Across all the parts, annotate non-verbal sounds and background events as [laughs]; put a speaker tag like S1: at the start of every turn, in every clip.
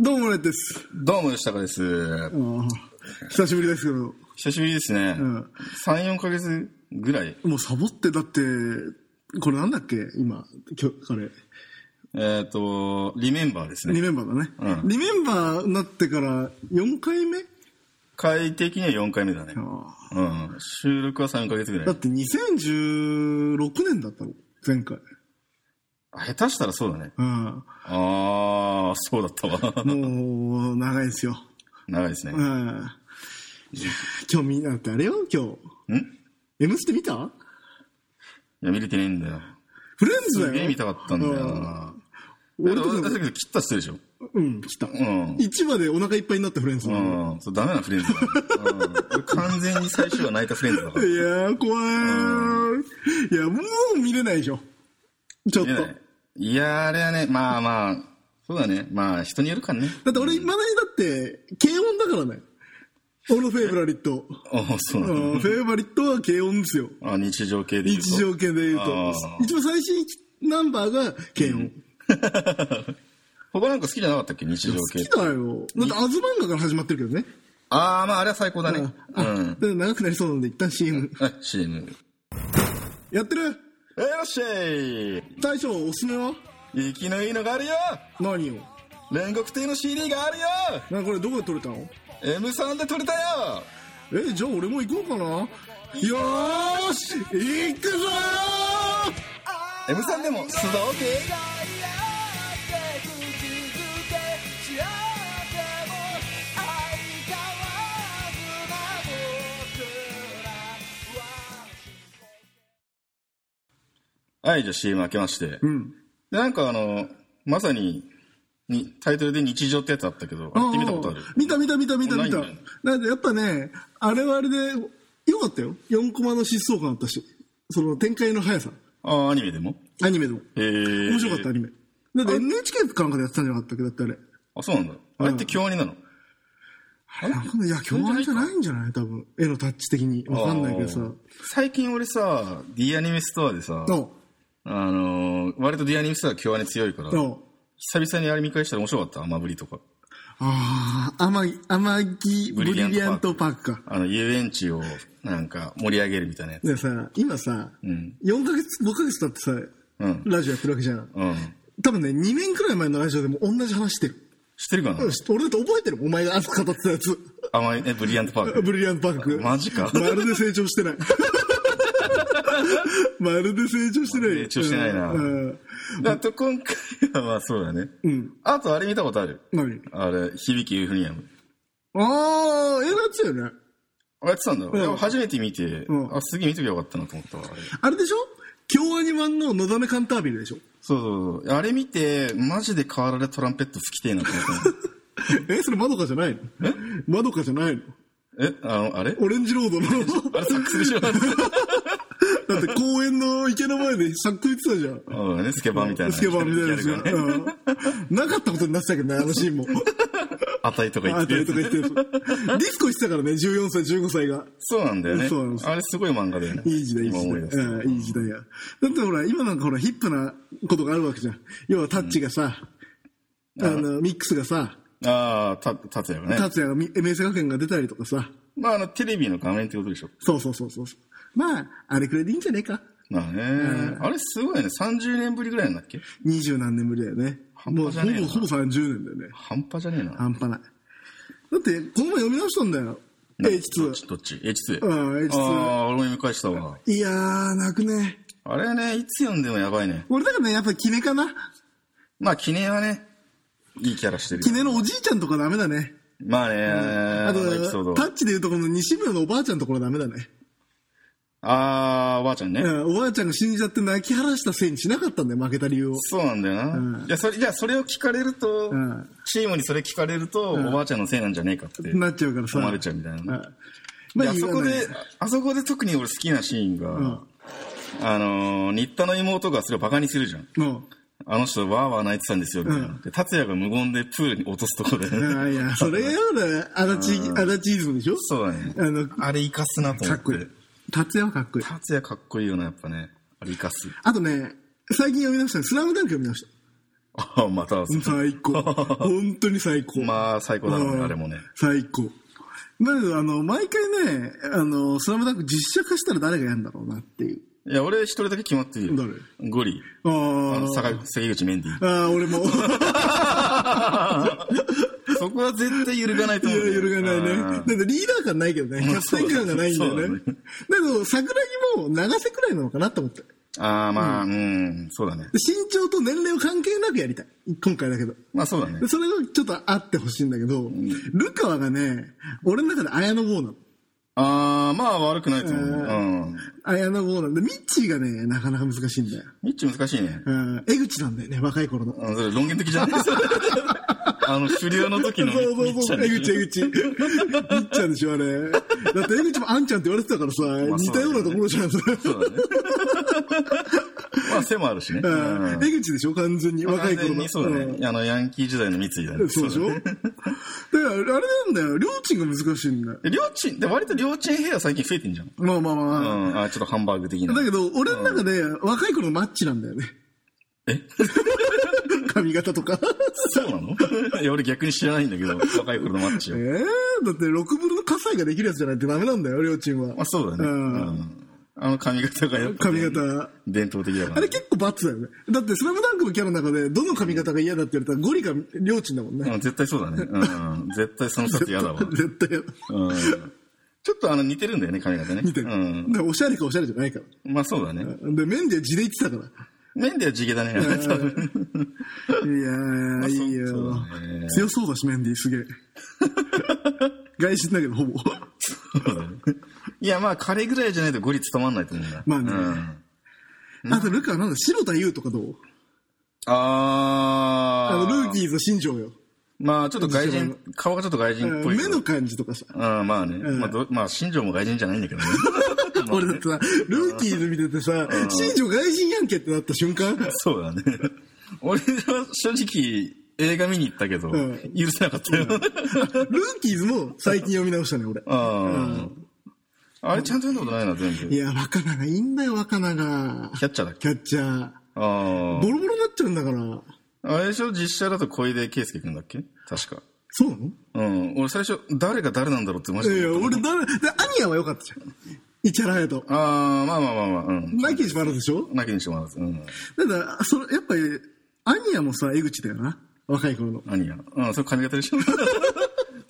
S1: どうもねです。
S2: どうも、吉高です。
S1: うん久しぶりですけど、も
S2: 久しぶりですね。
S1: ん
S2: 3、4ヶ月ぐらい。
S1: うサボって、だって、これなんだっけ今、きょあれ、
S2: えっ、と、リメンバーです
S1: リ
S2: ね。
S1: メンバーだね。
S2: うん
S1: リメンバーになってから4回目
S2: 回的には4回目だね。
S1: あ
S2: うん。収録は3ヶ月ぐ
S1: ーだ
S2: ら
S1: っ
S2: い。
S1: て2016年だったの前回。
S2: あ下手したらそうだね。
S1: うん。
S2: あー、そうだったわ。 [laughs]
S1: もう、長いですよ。
S2: 長いですね
S1: うん。い。やー今日みんなってあれよ今日。
S2: んい
S1: M ステ見た
S2: や、見れてねえんだよ。
S1: フレンズだよ。
S2: すげえ見たかったんだよな。
S1: 俺
S2: だ
S1: と
S2: け
S1: か
S2: ど、切ったしてるでしょ。
S1: うん、来た。
S2: ん
S1: 市場でお腹いっぱいになったフレンズ
S2: う
S1: なの。
S2: ん。そう、ダメなフレンズだ。うん俺完全に最初は泣いたフレンズだか
S1: い
S2: ら。
S1: やー、怖い。いや、もう見れないでしょ。ちょっ
S2: 見れ
S1: と。
S2: ないいやー、あれはね、まあまあ、そうだね。まあ、人によるからね。
S1: だって俺、未だにだって、軽音だからね。俺のフェイバリット。
S2: ああ、そうな
S1: うん
S2: だ
S1: んフェイバリットは軽音ですよ。
S2: あ日常系で言うと。
S1: 日常系で言う
S2: あ
S1: と
S2: ー。
S1: 一番最新ナンバーが軽音。
S2: 他なんか好きじゃなかったっけ日常
S1: 好
S2: 系
S1: き。だよ。だって、アズ漫画から始まってるけどね。
S2: ああ、まああれは最高だね。う
S1: あだ
S2: ん。
S1: から長くなりそうなんで、一旦 CM。
S2: はい、CM。
S1: やってる
S2: えよっしゃ
S1: 大将、おすすめはい
S2: 生きのいいのがあるよ
S1: 何を
S2: 煉獄亭の CD があるよ
S1: なこれどこで撮れたの
S2: !M3 で撮れたよ
S1: えじゃあ俺も行こうかなよーし行くぞ
S2: !M3 でも素直ではい、じゃあ CM 開けまして。
S1: うん
S2: で、なんかあの、まさに、に、タイトルで日常ってやつあったけど、あれって見たことある
S1: ー見た見た見た見た見た
S2: ないんだよ
S1: なんでやっぱねあれはあれでよかったよ4コマの疾走感あったしその展開の速さ
S2: ああ、アニメでも
S1: アニメでも
S2: えー。
S1: 面白かったアニメだって NHK かなんかでやってたんじゃなかったっけだってあれ
S2: あ、そうなんだ。あれって京アニなの
S1: あれいや共演じゃないんじゃない多分絵のタッチ的にわかんないけどさ
S2: あー最近俺さ D アニメストアでさ
S1: の
S2: あのー割と D アニメストア共和に強いから久
S1: の
S2: 々にあれ見返したら面白かったアマブリとか
S1: ああ天天城ブ
S2: ブ
S1: リ
S2: リ
S1: リ
S2: リ
S1: ア
S2: ア
S1: ン
S2: ン
S1: ト
S2: ト
S1: パークか
S2: あの遊園地をなんか盛り上げるみたいなやつ
S1: でさ、今さ、
S2: ん
S1: 4ヶ月、5ヶ月経ってさ、
S2: うん
S1: ラジオやってるわけじゃん。
S2: うん
S1: 多分ね、2年くらい前のラジオでも同じ話してる。
S2: 知ってるかな、
S1: 俺だって覚えてるもんお前が熱く語ってたやつ。
S2: 甘いねブリリアントパーク
S1: ブリリアントパーク。
S2: マジか
S1: まるで成長
S2: [laughs]
S1: してない。まるで成長してない。
S2: 成長してないな
S1: うん
S2: だと今回はまあそうだね、
S1: うん。
S2: あとあれ見たことある
S1: 何
S2: あれ響きユーフォニアム
S1: あー、映画やつよね。
S2: あやってたんだ、
S1: ん
S2: でも初めて見て、
S1: うん
S2: あすげえ見ときゃよかったなと思ったわあれ
S1: あれでしょ京アニマンののだめカンタービルでしょ
S2: [laughs] そうそうそうあれ見てマジで河原でトランペット吹きてえなと思ったの
S1: え、それ窓かじゃないの窓かじゃないの
S2: え
S1: [laughs]
S2: あのあれ
S1: オレンジロードの。
S2: あれサックスで
S1: [laughs]
S2: しょ
S1: だって公園の池の前でサック打ってたじゃん。
S2: うんね、スケバンみたいな。
S1: スケバンみたいなやつ
S2: ギャル [laughs] がね。
S1: うんなかったことになってたけどね、あのシーンも。
S2: あたいとか言
S1: あ
S2: って
S1: たり
S2: る
S1: と
S2: や
S1: か
S2: つ
S1: 言ってるやつディスコしてたからね、14歳、15歳が。
S2: そうなんだよね
S1: そうなんです。よ
S2: あれすごい漫画だよね。
S1: いい時代、いい
S2: 今
S1: 時
S2: 思
S1: 代
S2: い出す。
S1: うん。いい時代や。だってほら、今なんかほら、ヒップなことがあるわけじゃん。要はタッチがさ、あの、ミックスがさ、
S2: ああ、た、たつやがね。
S1: 達也がみ MS 学園が出たりとかさ。
S2: まあ、あの、テレビの画面ってことでしょ。
S1: そうそうそうそう。まあ、あれくらいでいいんじゃねえか。
S2: まあね。あれすごいね。30年ぶりぐらいなんだっけ
S1: 二十何年ぶりだよね。
S2: 半
S1: もう
S2: 端じ
S1: ほ
S2: ゃねえな
S1: ぼ、ほぼ30年だよね。
S2: 半端じゃねえな。
S1: 半端ない。だって、この前読み直したんだよ。
S2: などっ
S1: H2。
S2: ちどっち ?H2。
S1: うん H2
S2: ああ、俺も見返したわ。
S1: いやー、泣くね。
S2: あれね、いつ読んでもやばいね。
S1: 俺だからね、やっぱキネかな。
S2: まあ、キネはね、いいキャラしてる。
S1: キネのおじいちゃんとかダメだね。
S2: まあね、
S1: あ
S2: あ
S1: と
S2: のエピソー、ド
S1: タ。ッチでいうとこの西村のおばあちゃんところダメだね。
S2: ああ、おばあちゃんね
S1: う。ん、おばあちゃんが死んじゃって泣き晴らしたせいにしなかったんだよ、負けた理由を。
S2: そうなんだよな。
S1: うん
S2: いや、それ、じゃあそれを聞かれると、
S1: うん
S2: チームにそれ聞かれると、おばあちゃんのせいなんじゃねえかって、
S1: なっちゃうからさ。
S2: 思われちゃうみたいなね。
S1: うんま
S2: で
S1: あ、
S2: あ
S1: 言
S2: そこ
S1: わない
S2: で、あそこで特に俺好きなシーンが、
S1: ん
S2: あのー、新田の妹がそれをバカにするじゃん。
S1: も
S2: あの人、わーわー泣いてたんですよ、みたいな。で、達也が無言でプールに落とすとこで、
S1: う、うんいや、それよね、足立、足立イズムでしょ
S2: そうだね。
S1: あの、
S2: あれ、生かすなと思
S1: か
S2: っ
S1: っこい
S2: て
S1: い。。達也はかっこいい。
S2: 達也かっこいいよな、やっぱね。あれ、生かす。
S1: あとね、最近読み直したのスラムダンク読み直した。
S2: ああ、また、
S1: 最
S2: [laughs]
S1: 高。本当に最高。
S2: まあ、最高だろう
S1: う
S2: ね、
S1: ん
S2: あれもね。
S1: 最高。だけど、あの、毎回ね、あの、スラムダンク実写化したら誰がやるんだろうなっていう。
S2: いや、俺一人だけ決まってるよ。ゴリ。
S1: あ
S2: あの、
S1: ー
S2: 坂関口メンディー。
S1: あー、俺
S2: [laughs]
S1: も。
S2: そこは絶対揺るがないと
S1: い
S2: 思
S1: や
S2: う、
S1: 揺るがないね。だ
S2: あ
S1: っ
S2: ー
S1: てリーダー感ないけどね。キャプテン感がないんだよね。だ
S2: そうだね
S1: けど、桜木も長瀬くらいなのかなと思って。で
S2: あー、まあ、うん、そうだね。
S1: 身長と年齢を関係なくやりたい。今回だけど。
S2: まあ、そうだね
S1: で。それがちょっとあってほしいんだけど、ルカワがね、俺の中で綾野剛なの。
S2: あー、まあ、悪くないと思う。うん。
S1: 綾野剛なんで、ミッチーがね、なかなか難しいんだよ。
S2: ミッチ難しいね。
S1: うん、江口なんだよね、若い頃の。
S2: あそれ論言的じ
S1: [laughs]
S2: ゃないあの、狩猟の時
S1: そう
S2: の
S1: そう
S2: みっち
S1: そ
S2: ゃん
S1: う、
S2: で
S1: 江
S2: しょ
S1: 口、江口。みっちゃんでしょ、あれ。だって江口もあんちゃんって言われてたからさ、
S2: まあ
S1: 似たようなところじゃん。
S2: そうだね。まあ、背もあるしね。
S1: う
S2: うん
S1: ん江口でしょ、完全に。若い
S2: 完
S1: 頃
S2: 全
S1: の。
S2: にそうだ
S1: ん
S2: ね。あの、ヤンキー時代の三井だね。
S1: そうでしょ
S2: だ
S1: だ
S2: ね
S1: から、あれなんだよ。りょうちんが難しいんだよ。
S2: で両親、で割と両親ヘア最近増えてんじゃん。
S1: まあまあま
S2: う
S1: あ。
S2: ん。あ、ちょっとハンバーグ
S1: [laughs]
S2: 的な
S1: だ。けど、俺の中で若い頃のマッチなんだよね。
S2: え
S1: 髪型とか。
S2: そうなのいや、俺逆に知らないんだけど、若い頃のマッチ
S1: え
S2: を。
S1: えだって、6分の火災ができるやつじゃないとダメなんだよ、りょうちんは。
S2: まあ、そうだね。
S1: う
S2: うんん。あの髪型がやっぱ
S1: 髪
S2: ね、
S1: 型。
S2: 伝統的だか
S1: あ
S2: ら
S1: れ
S2: ね。
S1: 結構罰だよね。だって、スラムダンクのキャラの中で、どの髪型が嫌だって言われたら、ゴリかりょうちんだもんね。
S2: うん、絶対そうだね。うん。絶対そのシャツ嫌だ
S1: [laughs]
S2: わ。
S1: 絶対嫌だ。
S2: うんちょっとあの似てるんだよね、髪型ね。
S1: 見てる。
S2: う
S1: だ
S2: ん。
S1: からおしゃれかおしゃれじゃないから。
S2: まあそうだね。
S1: で、メンディは地で言ってたから。
S2: メンディは地毛だね。多分
S1: いやー、
S2: あそう
S1: いいよ
S2: そうだね。
S1: 強そうだし、メンディー、す
S2: [laughs]
S1: げえ。外人だけど、ほぼ。
S2: いや、まあ彼ぐらいじゃないとゴリ務まんないと思うんだ。
S1: まあね
S2: うん
S1: あと、ルカはなんだ、白田優とかどうあ
S2: あー。
S1: の、ルーキーズ新庄よ。
S2: まあちょっと外人、顔がちょっと外
S1: え
S2: 人っぽ
S1: ー
S2: いけ
S1: 目
S2: ど。
S1: の感じとかさ。
S2: うん、まあね。まあど、まあ新庄も外人じゃないんだけどね。
S1: 俺だってさ、ルーキーズ見ててさ、新庄外人やんけってなった瞬間、
S2: そうだね。俺は正直映画見に行ったけど、
S1: ん
S2: 許せなかったよ。
S1: ルーキーズも最近読み直したね、俺。
S2: うん。あれちゃんと読んだことないな、全
S1: い
S2: 部。
S1: や、若菜がいいんだよ、若菜が。
S2: キャッチャーだっけ
S1: キャッチャ
S2: ああ
S1: ー。。ボロボロになっちゃうんだから。
S2: あれでしょ実写だと小出圭介くんだっけ確か。
S1: そうなの
S2: うん。俺最初、誰が誰なんだろうってマジ
S1: い
S2: で
S1: や、
S2: 思った。
S1: 俺、だ、でアニアは良かったじゃん。市原隼人。
S2: ああ、まあまあまあまあ、うん。
S1: マイケル・シマラでしょ
S2: なきにしてもらわず。うん。
S1: だから、その、やっぱり、アニアもさ、江口だよな。若い頃の。
S2: 何や。うん、それ髪型でしょ [laughs]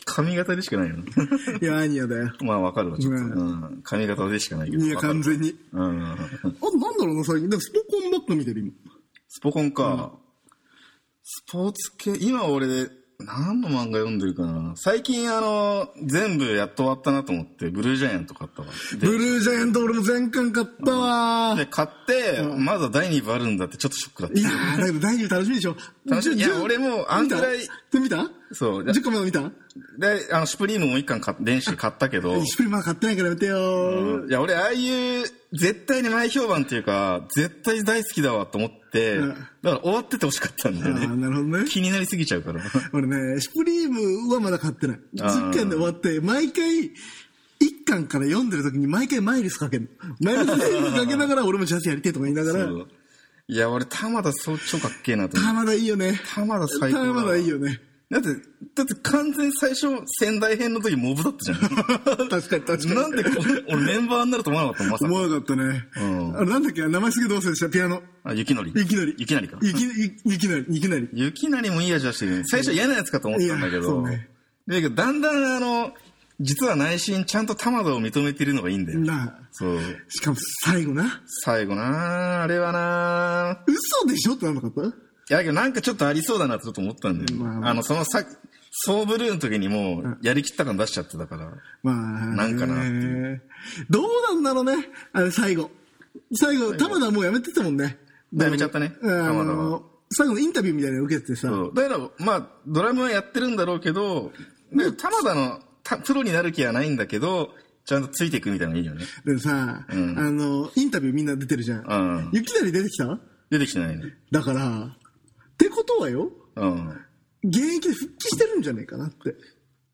S2: 髪型でしかないよね。 [laughs]
S1: いや、アニアだよ。
S2: まあわかるわ、ちょっと。
S1: ね
S2: うん。髪型でしかないけど。
S1: いや、
S2: わかる
S1: 完全に。
S2: うん。
S1: あと、なんだろうな、最近。でも、スポコンばっか見てる、今。
S2: スポコンか。スポーツ系、今俺、何の漫画読んでるかな最近あの、全部やっと終わったなと思って、ブルージャイアント買ったわ。で
S1: ブルージャイアント、俺も全巻買ったわ
S2: で、買って、まだ第2部あるんだってちょっとショックだっ
S1: い
S2: た
S1: や。ー、だけど大丈夫、楽しみでしょ。
S2: 楽しみ
S1: じゃ
S2: いや俺もうあんぐらい
S1: 見た見た
S2: そう。で、
S1: ?10 個まで見た
S2: であの、シュプリームも一巻買っ電子で買ったけど、
S1: シュプリマ買ってないからやめてよー。
S2: いや、俺、ああいう、絶対に前評判っていうか、絶対大好きだわと思って、
S1: うん
S2: だから終わっててほしかったんだ
S1: あ
S2: よ
S1: ーな
S2: ね。
S1: るほどね。
S2: 気になりすぎちゃうから。
S1: 俺ね、シュプリームはまだ買ってない。
S2: あー
S1: 10巻で終わって、毎回、1巻から読んでる時に毎回マイルスかけるの。マイルスかけながら俺もジャズやりてえとか言いながら
S2: そ、ういや、俺、玉田総長かっけえなと思って。
S1: 玉田いいよね。
S2: 玉田最高だわ
S1: 玉田いいよね。
S2: だって、だって完全最初、仙台編の時モブだったじ
S1: 確かに確か
S2: ゃん。
S1: に。
S2: なんでこう、俺メンバーになると思わなかったまさ
S1: 思
S2: か。
S1: わなかったね。
S2: うん
S1: あれなんだっけ名前すげえどうせでしたピアノ。
S2: あ、雪のり。
S1: 雪のり
S2: 雪のりか。
S1: いき、いいきなり、いきなり。
S2: 雪なりもいい味はしてるよね。最初嫌なやつかと思ったんだけ
S1: いやそう
S2: ど。
S1: ね
S2: だけど、だんだんあの、実は内心ちゃんと玉田を認めているのがいいんだよ。
S1: なあ。
S2: そう。
S1: しかも最後な。
S2: 最後なああれはなあ
S1: 嘘でしょってなんなかった
S2: いや、だけどなんかちょっとありそうだなってちょっと思ったんだよ。
S1: まあ
S2: あ
S1: まあ
S2: の、そのさ、ソーブルーの時にもう、やりきった感出しちゃってたから。
S1: まあ、
S2: なんかなって
S1: ね。どうなんだろうね。あれ最後。最後、玉田はもうやめてたもんね。
S2: やめちゃったね
S1: あの
S2: 玉田は
S1: 最後のインタビューみたいなの受けててさ。
S2: そう。だから、まあ、ドラムはやってるんだろうけど、でも玉田の、たプロになる気はないんだけど、ちゃんとついていくみたいなのがいいよね。
S1: でさ、
S2: ん
S1: あの、インタビューみんな出てるじゃん。
S2: うん
S1: 雪なり出てきた
S2: 出てきてないね。
S1: だから、ってことはよ、
S2: うん。
S1: 現役で復帰してるんじゃねえかなって。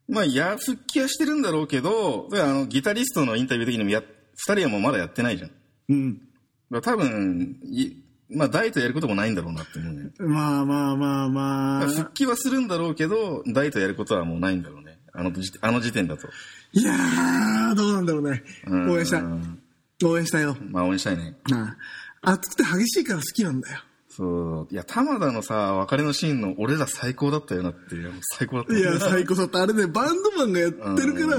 S2: まあ、いや、復帰はしてるんだろうけど、であの、ギタリストのインタビュー的にもや、二人はもうまだやってないじゃん。だか
S1: うん。
S2: ら多分、いまあ、ダイエットやることもないんだろうなって思うね。
S1: まあまあまあまあ。
S2: 復帰はするんだろうけど、ダイエットやることはもうないんだろうね。あの時あの時点だと。
S1: いやー、どうなんだろうね。
S2: うん
S1: 応援した。応援したよ。
S2: まあ、応援したいね。
S1: なあ。暑くて激しいから好きなんだよ。
S2: そう。いや、玉田のさ、別れのシーンの俺ら最高だったよなって。最高だった
S1: い
S2: よ
S1: や、最高だった。あれね、バンドマンがやってるか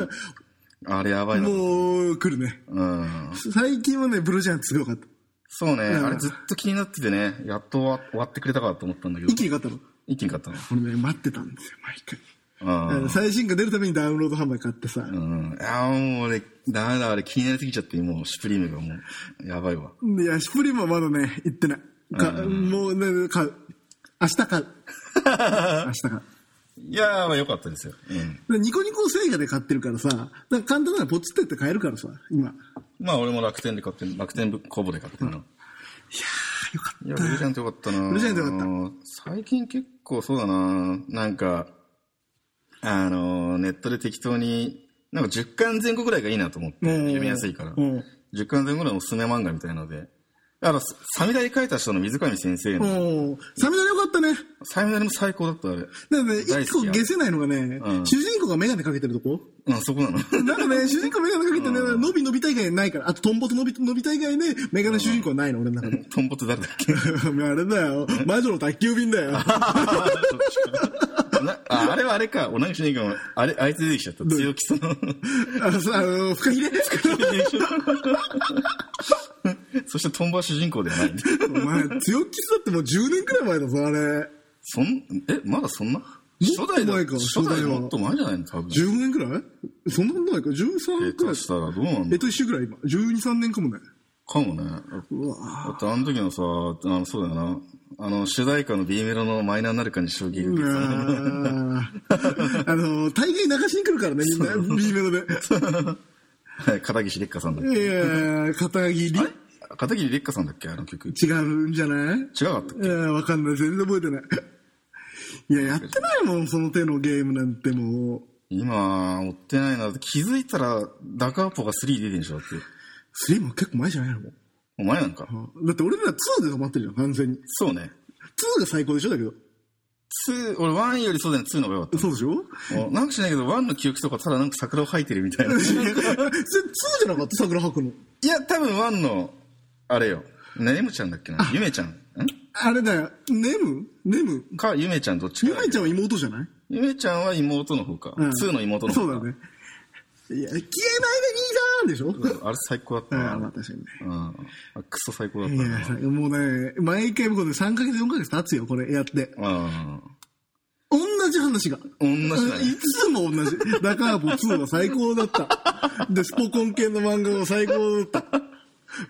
S1: ら、
S2: あれやばいな。
S1: もう来るね。
S2: うん。
S1: 最近はね、ブルージャイアンツすごかった。
S2: そうね。
S1: ん
S2: あれずっと気になっててね、やっと終わ終わってくれたかと思ったんだけど
S1: 一、気に勝ったの。
S2: 一気に買ったの。
S1: 俺ね、待ってたんですよ、毎回。あ
S2: うん
S1: の最新が出るためにダウンロード販売買ってさ。
S2: うん。ああ、もう俺、ダメだ、あれ気になりすぎちゃって、もう、シュプリームがもう、やばいわ。
S1: いや、シュプリームはまだね、行ってない。かもうね、買う。明日
S2: [laughs]
S1: 買う。明日買う。
S2: いやー、まあ良かったですよ。うん。
S1: でニコニコ製画で買ってるからさ、なんか簡単ならポチってって買えるからさ、今。
S2: まあ俺も楽天で買ってん、楽天ぶコボで買ってんの。いやー、よかった。いや、ブルジャンってよかったな
S1: ブルジャイアントよかった
S2: った。最近結構そうだななんか、あのー、ネットで適当に、なんか10巻前後ぐらいがいいなと思って、
S1: うん
S2: 読みやすいから。
S1: うん
S2: 10巻前後ぐらいのおすすめ漫画みたいなので。あの、サミダリ書いた人の水上先生
S1: お
S2: の、
S1: ー、サメダよかったね。
S2: サミダリも最高だった、あれ。
S1: だからね、
S2: 大
S1: 一
S2: 好
S1: 個
S2: きや
S1: 消せないのがね、
S2: うん
S1: 主人公がメガネかけてるとこ
S2: うん、そこなの。 [laughs]
S1: なんかね、主人公メガネかけてね、伸び伸びた以外ないから、あとトンボと伸び伸びた以外で、メガネ主人公はないの、俺の中で。 [laughs]
S2: トンボって誰だっけ
S1: あれだよ、魔女の宅急便だよ。
S2: なああれはあれか。同じ主人公の、あれ、あいつ出てきちゃった。強気その。
S1: あの、さあの、フカヒレ。
S2: そしてトンボは主人公では
S1: [laughs]
S2: ない。
S1: お前、強気だってもう10年くらい前だぞ、あれ。
S2: そん、え、まだそん
S1: も
S2: な
S1: っと
S2: 初代だ。
S1: 前か
S2: 初
S1: 初代
S2: 代
S1: は
S2: もっと前じゃないの多分。
S1: 15年くらいそんなことないか、13く
S2: 下
S1: らい
S2: 手。したらどうなん
S1: え
S2: の
S1: っと、一週くらい今。12、3年かもね。
S2: かもね。
S1: うわ
S2: だってあの時のさ、あの、そうだよな。あの、主題歌の B メロのマイナーになるかに衝撃
S1: う
S2: 受けた。
S1: わーあの、大概流しに来るからね、みんな、B メロで。
S2: はい [laughs] 片岸劣化さんだっ
S1: いやー、片切り
S2: け。片岸劣化さんだっけあの曲。違
S1: 違うんじゃない
S2: かったっけ
S1: いやーわかんない。全然覚えてない。 [laughs] いや、やってないもん、その手のゲームなんてもう。
S2: 今、追ってないな。気づいたら、ダカーポが3出てんでしょだって。
S1: 3も結構前じゃないのもう
S2: お前なんか。
S1: だって俺ら2で止まってるじゃん、完全に。
S2: そうね。
S1: 2が最高でしょだけど。
S2: 2、俺1よりそうだね、2の方が良かっ
S1: そうでしょ
S2: た。もうなんかしないけど、1の記憶とかただなんか桜を吐いてるみた [laughs] いな。
S1: それ ?2 じゃなかった桜吐くの。
S2: いや、多分1の、あれよ。ねむちゃんだっけな。ゆめちゃん。ん
S1: あれだよ。ネムネム
S2: か、ゆめちゃんどっち
S1: ゆ
S2: かだ
S1: め
S2: け
S1: ち
S2: ど。
S1: ゃんは妹じゃない
S2: ゆめちゃんは妹の方か。
S1: うん
S2: 2の妹の
S1: そ
S2: 方
S1: う
S2: か。
S1: だね。いや、消えないでいいじゃんでしょ
S2: あれ最高だった
S1: ああ、ま
S2: な
S1: あ。確かにね。
S2: うん。あクソ最高だった
S1: いや、
S2: な。
S1: さもうね、毎回僕ね、3ヶ月、4ヶ月経つよ、これやって。
S2: うん。
S1: 同じ話が。
S2: 同じだね
S1: いつも同じ。ダカーポ2は最高だった。で、スポコン系の漫画も最高だった。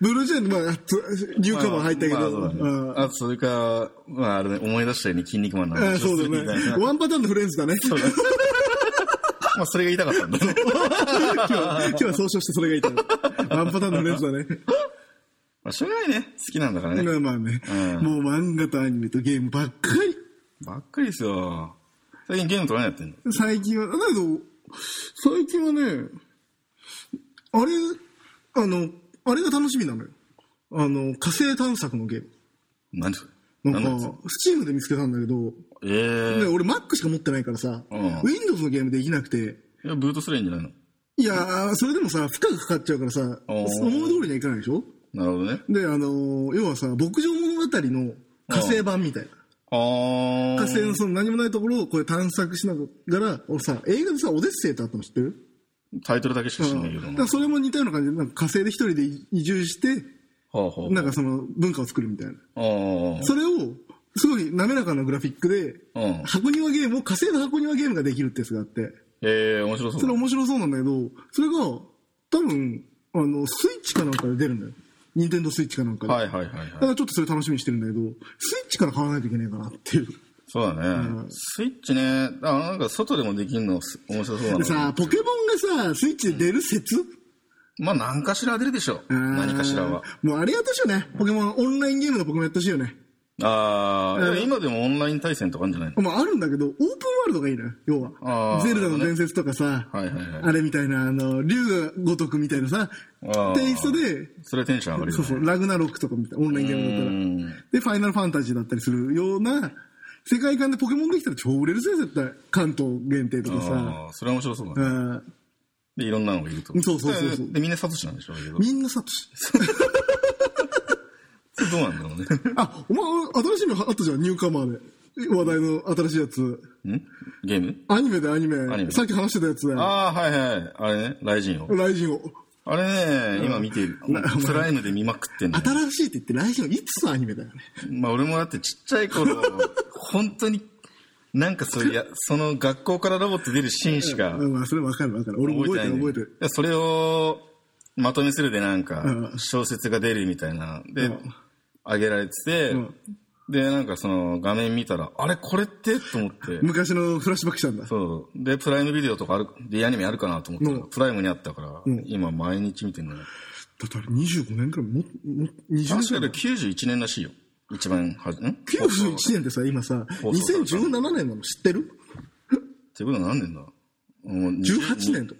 S1: ブルージェイン、まあ、つニューカマー入ったけど、
S2: まあまあそうだね
S1: うん
S2: あとそれか、まああれね、思い出したように筋肉マンの
S1: ああ
S2: 話を
S1: そう
S2: するみたい
S1: だ
S2: な。
S1: ね。ワンパターンのフレンズだね。
S2: まあそれが言いたかったんだね。 [laughs]
S1: 今日は、今日は総称してそれがいいと思うワンパターンのフレンズだね。
S2: まあしょうがないね。好きなんだからね。
S1: まあまあね、
S2: うん
S1: もう漫画とアニメとゲームばっか
S2: ばっかりですよ。最近ゲームとか何やってんの
S1: り。最近は、だけど、最近はね、あれ、あの、あれが楽しみなのよ。あの、火星探索のゲー
S2: 何それ
S1: ム。
S2: 何の
S1: なん
S2: やつ
S1: か、スチームで見つけたんだけど、
S2: え
S1: で
S2: ー
S1: 俺 Mac しか持ってないからさ、
S2: うん
S1: Windows のゲームできなくて、
S2: いや、ブートすりゃいいんじゃない
S1: いやー、それでもさ、負荷がかかっちゃうからさ、思
S2: お
S1: う
S2: ー
S1: 通りにはいかないでしょ
S2: のなるほどね。
S1: で、あのー要はさ、牧場物語の火星版みたいな。火
S2: あー。
S1: 星のその何もないところをこれ探索しながら、俺さ、映画でさ、オデッセイってあったの知ってる
S2: タイトルだけしか知らないけ
S1: だ
S2: ど
S1: か
S2: な。
S1: らそれも似たような感じで、なんか火星で一人で移住して、
S2: はあはあ。
S1: なんかその文化を作るみたいな。
S2: あー
S1: それを、すごい滑らかなグラフィックで、
S2: うん。
S1: 箱庭ゲームを、火星の箱庭ゲームができるってやつがあって、
S2: えー、面白そう
S1: そ
S2: だ
S1: れ。面白そうなんだけど、それが、多分、あの、スイッチかなんかで出るんだよ。ニンテンドースイッチかなんかで。
S2: はいはいはい
S1: だ
S2: は
S1: か
S2: い。
S1: らちょっとそれ楽しみにしてるんだけど、スイッチから買わないといけないかなっていう。
S2: そうだね。スイッチね。あ、なんか外でもできるのす面白そうだ
S1: で
S2: な。
S1: さ、ポケモンがさ、スイッチで出る説、
S2: まあ何かしら出るでしょ
S1: あ
S2: う。
S1: ー
S2: 何かしらは。
S1: もうあれやってほしいよね。ポケモン、オンラインゲームのポケモンやってほしいよね。
S2: ああ、でも今でもオンライン対戦とかあるんじゃないの
S1: まああるんだけど、オープンワールドがいいのよ、要
S2: あ
S1: は。
S2: ー
S1: ゼルダの伝説とかさ、
S2: はいはいはい
S1: あれみたいな、あの、竜が如くみたいなさ
S2: あー、
S1: テイストで、
S2: それはテンション上がるよ
S1: そう
S2: ね。
S1: そう、ラグナロックとかみたいな、オンラインゲームだった
S2: う
S1: ら。
S2: ん
S1: で、ファイナルファンタジーだったりするような、世界観でポケモンできたら超売れるぜ、絶対。関東限定とかさ。
S2: ああ、それは面白そうだ
S1: う
S2: ね。
S1: ん
S2: で、いろんなのがいると。
S1: そうそうそうそう
S2: で、でみんなサトシなんでしょうけど。
S1: みんなサトシ。
S2: どうなんだろうね。
S1: あ、お前、新しいのあったじゃん、ニューカマーで。話題の新しいやつ。 [laughs]
S2: んゲーム
S1: アニメでアニ
S2: アニメ
S1: メ。さっき話してたやつだよ。
S2: ああ、はいはい。あれね、雷神を。
S1: ライジンを。
S2: あれね、今見てる。スライムで見まくってんのよ。
S1: 新しいって言って、ライジンはいつのアニメだよね。
S2: まあ俺もだってちっちゃ
S1: [laughs]
S2: い頃、本当に、なんかそういうや、その学校からロボット出るシーンしか
S1: うん、まあ、それわかるわかる。俺も
S2: 覚
S1: 覚えて
S2: えてない
S1: る
S2: ね、
S1: 覚えてる。
S2: いやそれをまとめするでなんか
S1: う、ん
S2: 小説が出るみたいな。で
S1: ん、
S2: 上げられてて
S1: ん、
S2: で、なんかその画面見たら、あれこれってと思って。
S1: 昔のフラッシュバックしたんだ。
S2: そう。で、プライムビデオとかある、で、アニメあるかなと思ったら、
S1: うん
S2: プライムにあったから、
S1: うん
S2: 今毎日見てるのよ。
S1: だってあれ25年くらい、も、も、20年
S2: 確か
S1: くら
S2: に
S1: い。
S2: 91年らしいよ。一番はじ、ん
S1: 91年ってさ、今さ、
S2: 放送された
S1: 2017年なの知ってる
S2: ってことは何年だもう
S1: ?18 年と。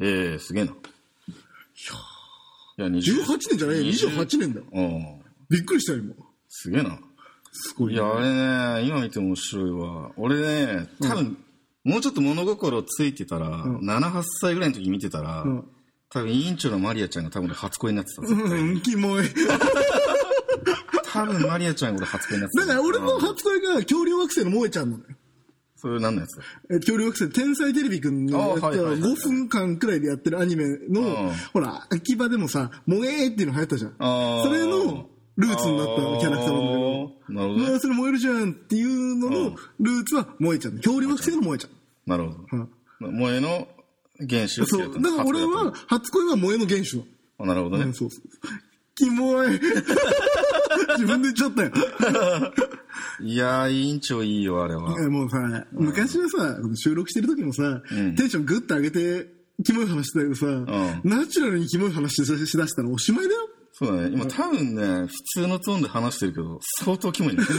S2: ええすげえな。いや、いや
S1: 18年じゃないよ、28年だよ。
S2: 年。うん。
S1: びっくりしたよ、今。
S2: すげえな。
S1: すごい
S2: い
S1: ね。
S2: や、あれね、今見ても面白いわ。俺ね、多分、もうちょっと物心ついてたら、7、8歳ぐらいの時見てたら、
S1: ん
S2: 多分委員長のマリアちゃんが多分俺初恋になってた。
S1: うん、キモ
S2: [laughs]
S1: い。
S2: 多分マリアちゃんが俺初恋になって
S1: だ
S2: た。
S1: から俺の初恋が恐竜惑星の萌えちゃんなのよ。
S2: それ何のやつだ
S1: え恐竜惑星、天才テレビくんのやった
S2: あはいはいはい
S1: 5分間くらいでやってるアニメ
S2: う
S1: の
S2: ん、
S1: ほら、秋葉でもさ、萌えーっていうの流行ったじゃん。
S2: あー
S1: それのルーツになったキャラクターなんだけど。
S2: なるほど
S1: う
S2: ね。
S1: わそれ燃えるじゃんっていうの
S2: うん
S1: のルーツは萌えちゃん。恐竜惑星の萌えちゃん。
S2: なるほ
S1: うん
S2: ど。萌えの原子をつけ
S1: そ
S2: た
S1: う。だから俺は、初恋は萌えの原種
S2: あなるほど
S1: なの。う
S2: ね
S1: ん、。そうそう。キモい。 [laughs] 自分で言っちゃったよ。
S2: いやー、委員長いいよ、あれは。
S1: えもうさ、昔はさ、収録してる時もさ、テンショングッと上げて、キモい話してたけどさ、
S2: ん
S1: ナチュラルにキモい話しだしだしたらおしまいだよ。
S2: そうだね。今多分ね、普通のトーンで話してるけど、相当キモいね。 [laughs]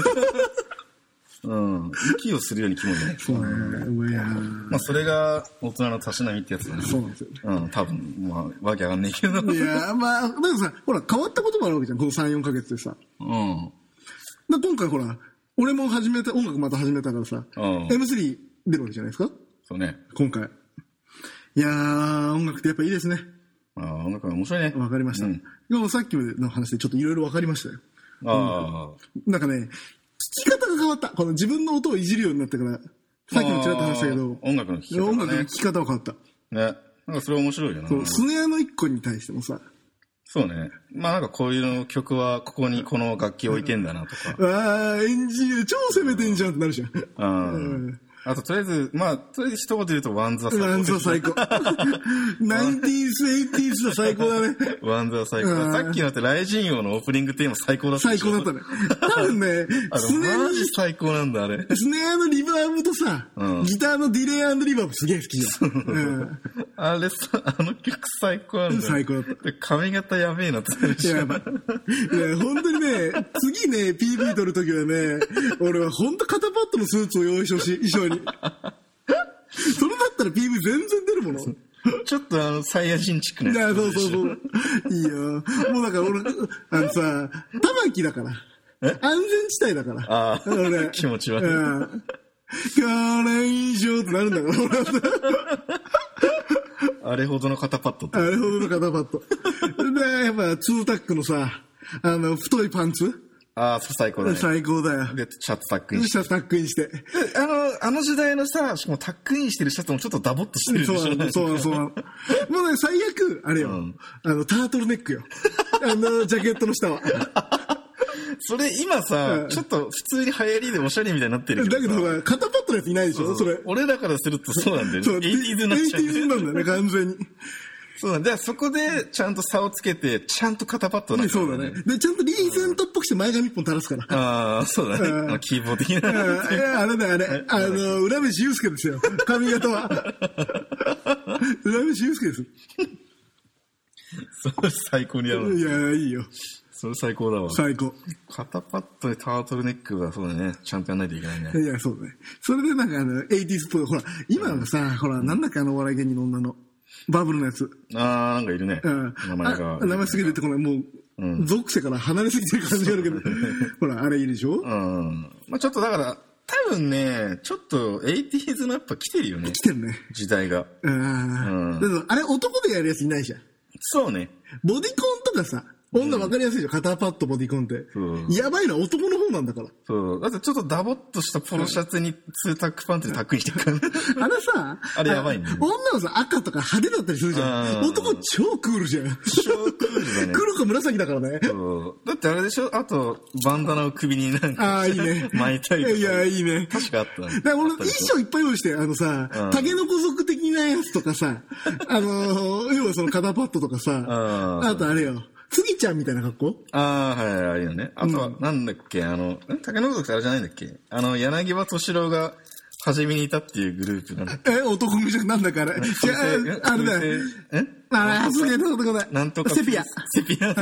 S2: うん。息をするようにキモいね。
S1: そうね。いやー
S2: まあ、それが大人のたしなみってやつだね。
S1: そうなんですよ。
S2: うん、多分、まあ、わけわかんないけど。
S1: いやーまあ、だからさ、ほら、変わったこともあるわけじゃん、この3、4ヶ月でさ。
S2: う
S1: だ
S2: ん。
S1: から今回ほら、俺も始めた、音楽また始めたからさ、
S2: うん
S1: M3 出るわけじゃないですか
S2: そうね。
S1: 今回。いやー、音楽ってやっぱいいですね。
S2: ああ、なんか面白いね。
S1: わかりました。
S2: うん
S1: でもさっきの話でちょっといろいろわかりましたよ。
S2: ああ。
S1: なんかね、聞き方が変わった。この自分の音をいじるようになったから、さっきもちらっと話したけど、
S2: あー音楽の聴き方
S1: 音
S2: が
S1: 楽の
S2: ね
S1: 聞。き方は変わった。
S2: ね。なんかそれ面白いよな。
S1: そうスネアの一個に対してもさ、
S2: そうね。まあなんかこういう曲は、ここにこの楽器置いてんだなとか。
S1: あー、エンジニア超攻めてんじゃんってなるじゃん。
S2: うん。あと、とりあえず、まあ、とりあえず一言で言うと、ワンズは最高。
S1: ランズは最
S2: [laughs]
S1: 高。ナインティース、エイティースは最高だね。
S2: ワンズは最高。
S1: うん
S2: さっきのだって、雷神王のオープニングテーマ最高だったで
S1: 最
S2: しょ
S1: 高だったね。多分ね、
S2: あ
S1: スネ
S2: れ、
S1: アの
S2: マジ最高なんだ、あ [laughs] れ。
S1: スネアのリバーブとさ、
S2: うん
S1: ギターのディレイリバーブすげえ好きじゃん。うん
S2: あれさ、あの曲最高なんだよ。
S1: 最高だった
S2: で髪型やべえなってなる
S1: い
S2: でし
S1: や、
S2: ょ
S1: やばい。いや、本当にね、次ね、PV 撮るときはね、俺は本当肩パッドのスーツを用意してほしい、衣装に。それだったら PV 全然出るもの。い
S2: ちょっとあの、サイヤ人チックなや
S1: や、
S2: つ
S1: そうそうそう。いいよ。もうだから俺、あのさ、玉木だから。安全地帯だから。
S2: ああ
S1: 俺。
S2: [laughs] 気持ち悪い
S1: うん。これ以上ってなるんだから、俺はさ。
S2: あれほどの肩パッドって
S1: あ。れほどの肩パッド。で、やっぱ、ツータックのさ、あの、太いパンツ
S2: ああ、そう最高だね。
S1: 最高だよ。
S2: で、シャツタックインし
S1: シャツタックインして。
S2: て。あの、あの時代のさ、しかもタックインしてるシャツもちょっとダボっとしてるでし
S1: そう
S2: ょ。
S1: な
S2: [laughs]
S1: の、そうなの、そうなの。もうね、最悪、あれよ、
S2: ん
S1: あの、タートルネックよ。あの、ジャケットの下は。だ
S2: それ今さ
S1: う、ん
S2: ちょっと普通に流行りでおしゃれみたいになってるけどさ。
S1: けど、ほら、肩パッドのやついないでしょ、それ。
S2: 俺らからするとそうなんだよね。
S1: そう、
S2: 80s になっちゃうよね
S1: 80s なんだよね、完全に。
S2: そうなんだ。じゃあそこでちゃんと差をつけて、ちゃんと肩パッドなん
S1: そうだね。。で、ちゃんとリーゼントっぽくして前髪一本垂らすから。
S2: ああ、そうだね。
S1: うん
S2: あのキーボー的な。
S1: あいやあれだよ、あれ。あの、浦飯祐介ですよ。髪型
S2: [laughs]
S1: は。浦飯祐介です。
S2: それ最高にやる。
S1: いや、いいよ。
S2: それ最高だわ。
S1: 最高。
S2: 肩パッドでタートルネックはそうだね。ちゃんとやんないといけないね。
S1: いや、そうだね。それでなんかあの、80s っぽい。ほら、今のさ、ほら、なんだっけあのお笑い芸人の女の。バブルのやつ。
S2: あー、なんかいるね。
S1: うん。
S2: 名前が
S1: あ。名前すぎ出てこない。もう、属性から離れすぎてる感じがあるけ
S2: [laughs]
S1: ど。ほら、あれいるでしょ
S2: うん。まあちょっとだから、多分ね、ちょっと 80s のやっぱ来てるよね。
S1: 来てるね。
S2: 時代が。
S1: うん。だけどあれ男でやるやついないじゃん。
S2: そうね。
S1: ボディコンとかさ、女分かりやすいじゃん。肩パッドボディコンって。
S2: う
S1: やばいのは男の方なんだから。
S2: そう。だってちょっとダボっとしたポロシャツにツータックパンツにタックインしてるからね。
S1: あれさ、
S2: あれやばいね
S1: あ女はさ、赤とか派手だったりするじゃん。
S2: うん
S1: 男超クールじゃん。
S2: 超クールだね。
S1: 黒か紫だからね。
S2: そうだってあれでしょあと、バンダナを首になんか
S1: ああ、いいね。
S2: [laughs] 巻いたりとか。
S1: いや、いいね。
S2: 確かあったね。
S1: だから俺、衣装いっぱい用意して、あのさ、
S2: うん
S1: タケノコ族的なやつとか
S2: [laughs]
S1: さ、あのー、要はその肩パッドとかさ、
S2: うん
S1: あとあれよ、つぎちゃんみたいな格好
S2: ああ、はいはい、あれよね。あとは、なんだっけ、あの、ん竹の子族ってあれじゃないんだっけあの、柳葉敏郎が、初めにいたっていうグループなんだっけ
S1: え、男組じゃなんだから。違う、あれだよ。
S2: だよ。
S1: あれ、すげえ、なんとかだ。
S2: なんとか。
S1: セピア。
S2: セピ [laughs] ア。
S1: うん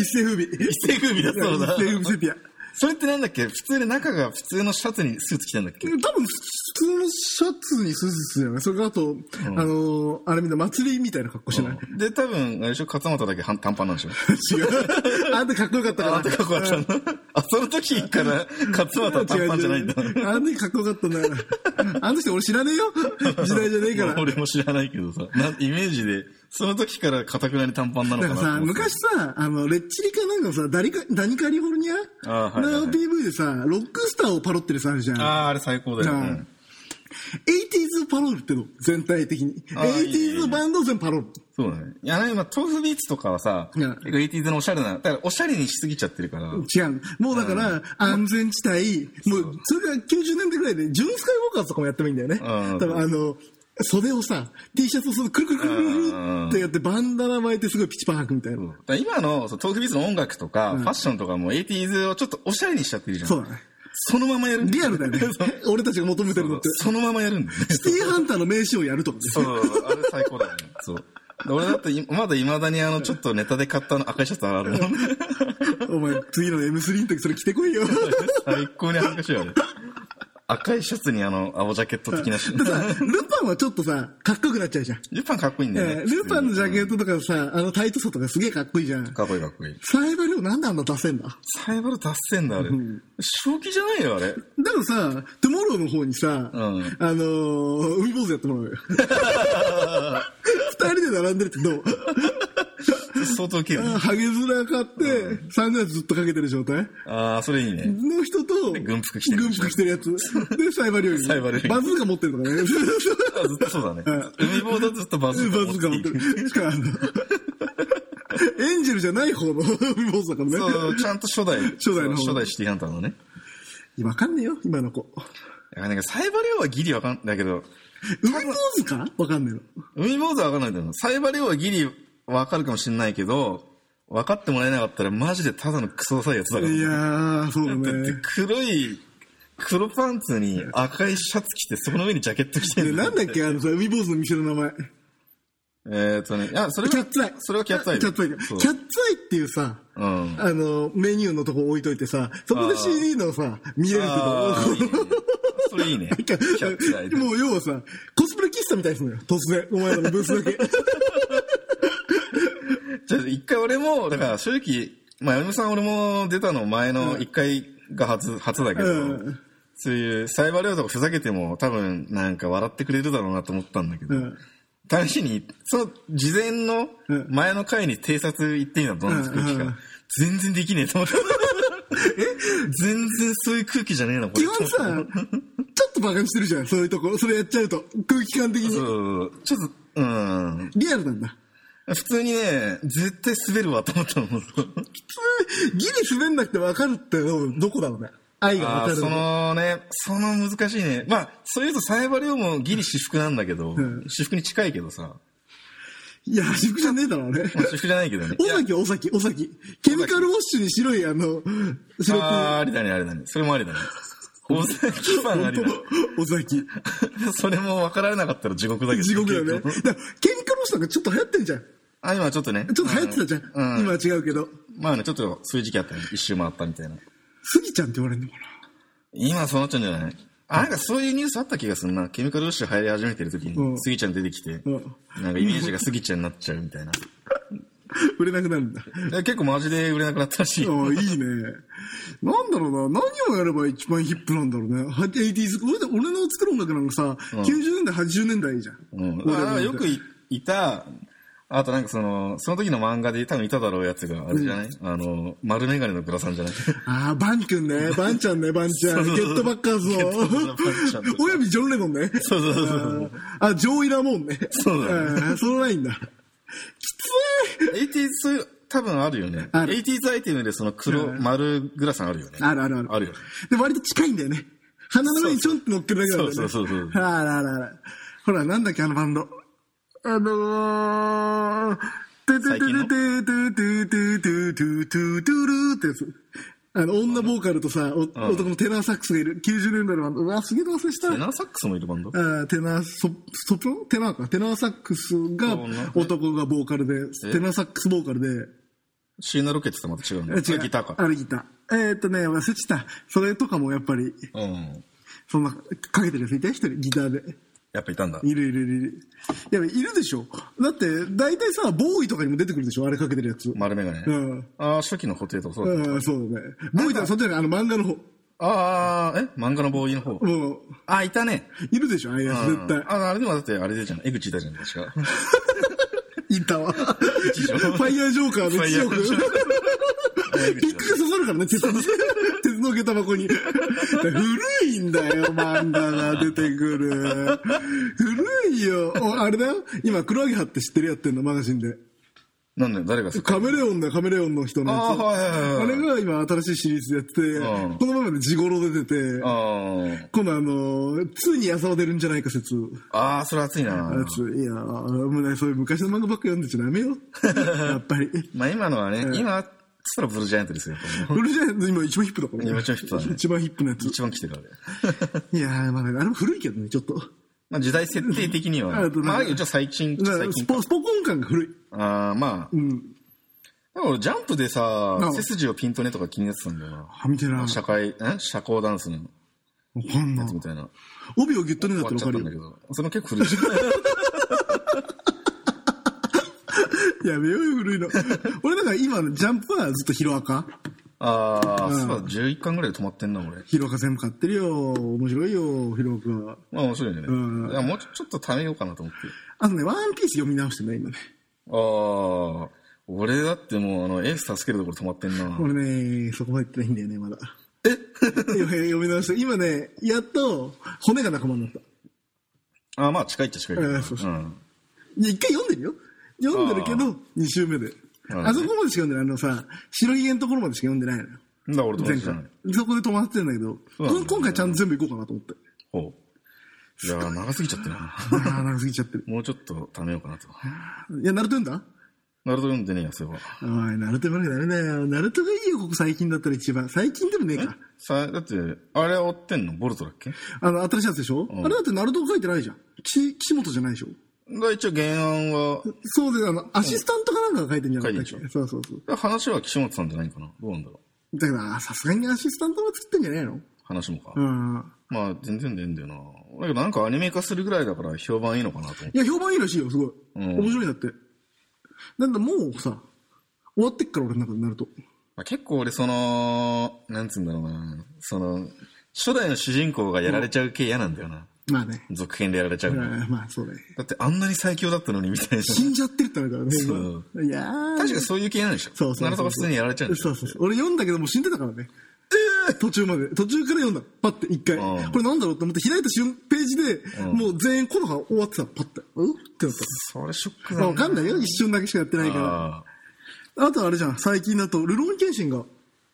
S1: 一世風靡。
S2: 一世風靡だそうだ
S1: 一。世風靡セピア。
S2: それってなんだっけ普通で中が普通のシャツにスーツ着たんだっけ
S1: 多分、普通のシャツにスーツじゃないそれかあと、あのー、あれみんな祭りみたいな格好してない
S2: で、多分、あれでしょ勝俣だけ半短パンなんでしょ
S1: 違う。あんたかっこよかったから。
S2: あんたかっこよかったんだ。あ、その時から勝俣短パンじゃないんだ。
S1: 違う違うあの時かっこよかったんだから。あの人俺知らねえよ。時代じゃねえから。
S2: 俺も知らないけどさ。なんイメージで、その時からかたくなに短パンなの
S1: だ
S2: か
S1: か
S2: な
S1: ら
S2: と思っ
S1: さ、
S2: て。
S1: 昔さ、あの、レッチリかなんかさ、ダリカ、ダニカリフォルニア
S2: あーはいはいはい
S1: の PV でさ、ロックスターをパロってるさ、あるじゃん。
S2: ああ、あれ最高だよ、
S1: う
S2: ね。
S1: ん 80s パロるっての、全体的に。
S2: あーいいね
S1: 80s バンド全パロる。
S2: そうだね。いや、今、トーフビーツとかはさ、
S1: いや
S2: 結構 80s のおしゃれな、だからおしゃれにしすぎちゃってるから。
S1: 違う。もうだから、安全地帯、もう、それが90年代ぐらいで、ジュンスカイウォーカーズとかもやってもいいんだよね。
S2: うん
S1: 多分あの、袖をさ、T シャツをそのくるくるくるくるくるってやって、バンダナ巻いてすごいピチパン履くみたいな。
S2: だから今のそうトーフビーツの音楽とか、ファッションとかも 80s をちょっとおしゃれにしちゃってるじゃん。
S1: そうだね。
S2: そのままやる。
S1: リアルだよね
S2: [laughs] そう。
S1: 俺たちが求めてるのって。
S2: そのままやるんだよね。
S1: シティーハンターの名刺をやるとかね。
S2: そう、あれ最高だよね。そう。で俺だってい、まだ未だにあの、ちょっとネタで買ったあの赤いシャツあるもん。
S1: お前、次の M3 の時それ着てこ
S2: [laughs]
S1: いよ。
S2: 最高に恥ずかしいよね。赤いシャツにあの、青ジャケット的なシャ
S1: ただ、ルパンはちょっとさ、かっこよくなっちゃうじゃん。
S2: ルパンかっこいいんだよね
S1: え。ールパンのジャ
S2: ッ
S1: ケットとかさ、あのタイトさとかすげえかっこいいじゃん。
S2: かっこいいかっこいい。
S1: サイバルなんであんな出せんだ
S2: サイバル達せんだ、あれ。正気じゃないよ、あれ。
S1: だからさ、トゥモローの方にさ、
S2: うん
S1: あのー、海坊主やってもらおうよ。二人で並んでるってどう
S2: 相当ウケるね。
S1: ハゲ面買って、サングラスずっとかけてる状態
S2: ああ、それいいね。
S1: の人と、
S2: 軍服着てる
S1: 軍服着てるやつ。で、サイバー料理。
S2: サイバー料理
S1: バズーカ持ってるとかね。
S2: あずっとそうだね
S1: うん。
S2: 海坊だとずっとバズー
S1: バズーカ
S2: カ持
S1: 持
S2: っ
S1: って
S2: ていい
S1: る。しかもあの、エンジェルじゃない方の海坊主だからね。
S2: そう、ちゃんと初代。
S1: 初代の
S2: そう初代シティハンターのね。
S1: わかんねえよ、今の子。
S2: いやなんかサイバリオはギリわかんないけど、
S1: 海坊主かわかんねえの。
S2: 海坊主はわかんないけど、サイバリオはギリわかるかもしれないけど、分かってもらえなかったらマジでただのクソダサいやつだから。
S1: いやー、そうだ
S2: だって
S1: ね。
S2: 黒い、黒パンツに赤いシャツ着て、その上にジャケット着て
S1: で
S2: る
S1: なんだっけ、あのさ、海坊主の店の名前。
S2: えーっとね、いや、それは、
S1: キャッツアイ。
S2: それはキャッツアイ
S1: キ
S2: だ
S1: ャッツア
S2: よ。
S1: イか。
S2: そう
S1: キャッツアイっていうさ、
S2: うん。
S1: あの、メニューのとこ置いといてさ、そこで
S2: あー
S1: CD のさ、見れる
S2: あーいい
S1: け
S2: ねそれいいね。キャッツアイ
S1: ど、もう要はさ、コスプレ喫茶みたいですのよ。突然、お前らのブースだけ。
S2: じゃあ一回俺も、だから正直、まあ、嫁さん俺も出たの前の一回が初、初だけど、
S1: うん
S2: そういうサイバー料とかふざけても多分なんか笑ってくれるだろうなと思ったんだけど、 [laughs]
S1: うん
S2: 試しに、その事前の
S1: うん
S2: 前の回に偵察行ってみたのどんな空気か、
S1: うんうん
S2: 全然できねえと
S1: [laughs]
S2: 思った。全然そういう空気じゃねえな、これ。
S1: 基本さ、ちょっとバカにしてるじゃん、そういうとこ。それやっちゃうと、空気感的
S2: そう
S1: に。
S2: ちょっと、うん。
S1: リアルなんだ。
S2: 普通にね、絶対滑るわと思ったの。
S1: ギリ滑んなくて分かるってのはどこだろうね。愛が
S2: あ
S1: 分
S2: ー
S1: かる
S2: そ。のね、その難しいね。まあ、そういうとサイバリオもギリ私服なんだけど、
S1: ん
S2: 私服に近いけどさ、
S1: いや、私服じゃねえだろ、あれ。
S2: まあ私服じゃない
S1: [laughs]
S2: けどね。
S1: 尾崎、尾崎、尾崎。ケミカルウォッシュに白い、あの、白く、
S2: あーありだね、ありだね。それもありだね。大崎ファンありだね。
S1: 尾
S2: [laughs]
S1: 崎。
S2: それも分かられなかったら地獄だけど。
S1: 地獄だよね。だから、ケミカルウォッシュなんかちょっと流行ってんじゃん。
S2: あ、今ちょっとね。
S1: ちょっと流行ってたじゃん。
S2: うん
S1: 今は違うけど。
S2: まあね、ちょっとそういう時期あったね。一周回ったみたいな。
S1: スギちゃんって言われるのかな
S2: 今そうなっちゃうんじゃないあ、なんかそういうニュースあった気がするな。ケミカルウッシュ入り始めてる時
S1: う
S2: に、
S1: ん
S2: スギちゃん出てきて、
S1: うん
S2: なんかイメージがスギちゃんになっちゃうみたいな。
S1: 売れなくなる [laughs] んだ。
S2: [laughs] で結構マジで売れなくなったらしい。
S1: ああ、いいね。なんだろうな。何をやれば一番ヒップなんだろうね。は 80s。俺俺の作る音楽なんかさ、90年代、80年代じゃん。
S2: うん。
S1: 俺ら
S2: ま
S1: な
S2: あ、
S1: んて
S2: よくいいた、あとなんかその、その時の漫画で多分いただろうやつが、あれじゃない、あの、丸メガネのグラさんじゃない [laughs]
S1: ああ、バン君ね。バンちゃんね、バンちゃん。
S2: そう
S1: ゲットバッカーズ
S2: ゲットバッカーズのバンち
S1: [laughs]
S2: ゃ
S1: を。
S2: ん
S1: およびジョン・レノンね。
S2: そうそうそうそう。
S1: ああ、ジョー・イラモンね。
S2: そうだ
S1: ね。そのラインだ。
S2: 80s そういう多分あるよね。
S1: ある
S2: 80s アイテムでその黒、
S1: うん
S2: 丸グラさんあるよね。
S1: あるあるある。
S2: あるよね。
S1: で、割と近いんだよね。鼻の上にちょんって乗っけるだけなんだよね。
S2: そうそうそう
S1: あ
S2: そう
S1: らあらあら。ほら、なんだっけ、あのバンド。あのー、てててて
S2: 最近の
S1: ててててててててるーってやつ。あの、女ボーカルとさ、お男のテナーサックスがいる。90年代のバンド。うわ、すげえ忘れした。
S2: エナーサックスもいるバンド
S1: あーテナーソ、ソプロテナーか。テナーサックスが
S2: そうね
S1: 男がボーカルで、
S2: え
S1: テナーサックスボーカルで、
S2: シーナロケッツとまた違う
S1: え
S2: ね。
S1: 違う。
S2: ギターか。
S1: あれギター。えーっとね、忘れてた。それとかもやっぱり、
S2: うん。
S1: そんな、かけてるやついたよ一人、ギターで。
S2: やっぱいたんだ。
S1: いるいるいるいる。いや、いるでしょ。だって、大体さ、ボーイとかにも出てくるでしょ、あれかけてるやつ。
S2: 丸メガネ。
S1: うん
S2: ああ、初期の固定とかそうだった。
S1: うん、そうだね。ボーイとか、そっちじゃない、あの漫画の方。
S2: ああ、え漫画のボーイの方。
S1: もう、
S2: ああ、いたね。
S1: いるでしょ、ああいうやつ、絶対。
S2: ああれでもだってあれでじゃん。江口いたじゃん、確か。
S1: いたわ。フ
S2: 条
S1: ァイヤージョーカーの一
S2: ファイヤージョ
S1: 億。ピックが刺さるからね、鉄
S2: [laughs]
S1: の、鉄の下駄箱に。古いんだよ、漫画が出てくる。古いよ。おあれだよ。今、黒揚げ派って知ってるやってんの、マガジンで。
S2: なんだよ、誰が
S1: カメレオンだよ、カメレオンの人のやつ。
S2: あーはいはいはい
S1: あれが今、新しいシリーズでやってて、
S2: うん
S1: このままで地頃出てて、
S2: あ
S1: 今度あの、2に矢沢出るんじゃないか説。
S2: あ、ああ、それ熱いな。
S1: やついやーもうね、そういう昔の漫画ばっか読んでちゃダメ
S2: [laughs]
S1: よ。やっぱり。
S2: まあ今のはね、今、そしたらブルージャイアントですよ。
S1: ブルージャイアント今一番ヒップだから
S2: 今一番ヒップだね
S1: 一番ヒップのやつ。
S2: 一番来てるあれ。
S1: いやー、まあ、あれも古いけどね、ちょっと。
S2: まあ時代設定的には、まあ一応最近、
S1: だから
S2: 最
S1: ス
S2: 近。
S1: ポ、スポコン感が古い。
S2: ああ、まあ。
S1: うん。
S2: でも俺、ジャンプでさ、背筋をピンとねとか気になってたんだよな。
S1: はみてえな。わ
S2: 社会、え社交ダンスの
S1: かんな
S2: み。たいな。
S1: 帯をギュッとねだ
S2: 終
S1: っ
S2: わ
S1: た
S2: っ
S1: ら
S2: ちゃ
S1: わかるよ
S2: ったんだけ。ど。その結構古いじゃ [laughs] ん。
S1: [laughs] やめようよ、古いの。俺なんか今のジャンプはずっとヒロアカ。
S2: ああ、そうだ、11巻ぐらいで止まってんな、俺。
S1: ヒロアカ全部買ってるよ。面白いよ、ヒロアカ。
S2: まあ面白いね。
S1: ん
S2: いやもうちょっと貯めようかなと思って。
S1: あとね、ワンピース読み直してね、今ね。
S2: ああ、俺だってもうあの、エース助けるところ止まってんな。
S1: 俺ね、そこまで行ってないんだよね、まだ。え読み直して。今ね、やっと骨が仲間になった。
S2: [laughs] ああ、まあ近いっちゃ近いけど。。
S1: うんそうそうんいや、一回読んでるよ。読んでるけど、二週目で。
S2: ほどね
S1: あそこまでしか読んでない。あのさ、白ひげのところまでしか読んでないのよ。
S2: なんだ俺と同
S1: 前
S2: じじゃない
S1: 回。。そこで止まってるんだけど、
S2: そうなんだ
S1: こん今回ちゃんと全部行こうかなと思って。
S2: ほう。いやー、長すぎちゃって [laughs] な。
S1: ああ、長すぎちゃってる。
S2: もうちょっと貯めようかなと。
S1: いや、ナルト読んだ
S2: ナルト読んでねえや、そういえば。
S1: おい、ナルト読まなきゃダメだよ。ナルトがいいよ、ここ最近だったら一番。最近でもねえか。
S2: さ、だって、あれ追ってんのボルトだっけ
S1: あの、新しいやつでしょ、
S2: ん
S1: あれだってナルト書いてないじゃん。岸、岸本じゃないでしょ
S2: だ一応原案は、
S1: そうで、あの、アシスタントかなんかが書いてるんじゃなかったっ
S2: 書いて
S1: けそうそうそう。
S2: 話は岸本さんじゃないかな。どうなんだろう。
S1: だから、さすがにアシスタントが作ってんじゃないの
S2: 話もか。
S1: うん。
S2: まあ、全然でいいんだよな。だけどなんかアニメ化するぐらいだから評判いいのかなと思って。
S1: いや、評判いいらしいよ、すごい。
S2: うん
S1: 面白いんだって。なんだ、もうさ、終わってっから俺の中でなると。
S2: まあ、結構俺その、なんつうんだろうな。その、初代の主人公がやられちゃう系嫌なんだよな。
S1: まあね。
S2: 続編でやられちゃう
S1: う
S2: の。
S1: んまあ、そうだね。
S2: だってあんなに最強だったのにみたいな。
S1: 死んじゃってるってなるからね。
S2: そう
S1: 今いやー。
S2: 確かそういう系なんでしょ。
S1: そうそうそう。
S2: ナルトが普通にやられちゃうんでし
S1: そ
S2: ょ。
S1: うそうそう。俺読んだけどもう死んでたからね。途中まで。途中から読んだ。パッて一回。
S2: うん
S1: これなんだろうと思って開いた瞬ページで、
S2: うん
S1: もう全員コロが終わってた。パッて。うんってなっ
S2: それショック
S1: た。
S2: だ
S1: まあ
S2: な
S1: わかんないよ。一瞬だけしかやってないから。
S2: あ
S1: あとあれじゃん。最近だと、ルローン剣心が。
S2: ー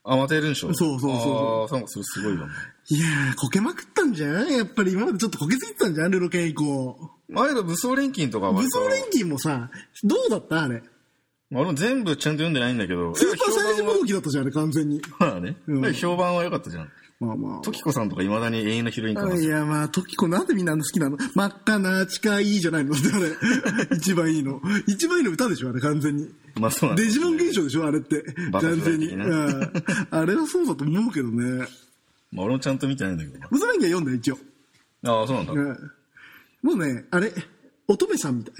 S2: あ、またやるんでしょ
S1: そうそうそうそう
S2: ああ、なんかそれすごいわ、ね。
S1: いやー、こけまくったんじゃんやっぱり今までちょっとこけすぎてたんじゃんルロケン以降。
S2: 前の武装錬金とかは
S1: 武
S2: 割と
S1: 装錬金もさ、どうだったあれ。
S2: まあ俺も全部ちゃんと読んでないんだけど。
S1: スーパーサイヤ人武器だったじゃん、あれ、完全に。
S2: まあね。
S1: うん
S2: 評判は良かったじゃん。
S1: まあまあ。
S2: 時子さんとか未だに永遠のヒロイン感が
S1: いや、まあ、トキコなんでみんなあんな好きなの真っ赤な近いじゃないの [laughs] ってあれ。一番いいの。一番いいの歌でしょあれ、完全に。
S2: まあそうなん
S1: デ
S2: で
S1: ジ
S2: す
S1: モン現象でしょあれって。
S2: バタフ
S1: 完
S2: ラ
S1: 全
S2: イ
S1: に。
S2: 的
S1: う
S2: なん
S1: あれはそうだと思うけどね。
S2: まあ俺もちゃんと見てないんだけどな
S1: ウズランギは読んだよ、一応。
S2: ああ、そうなんだ。
S1: うんもうね、あれ、乙女さんみたい。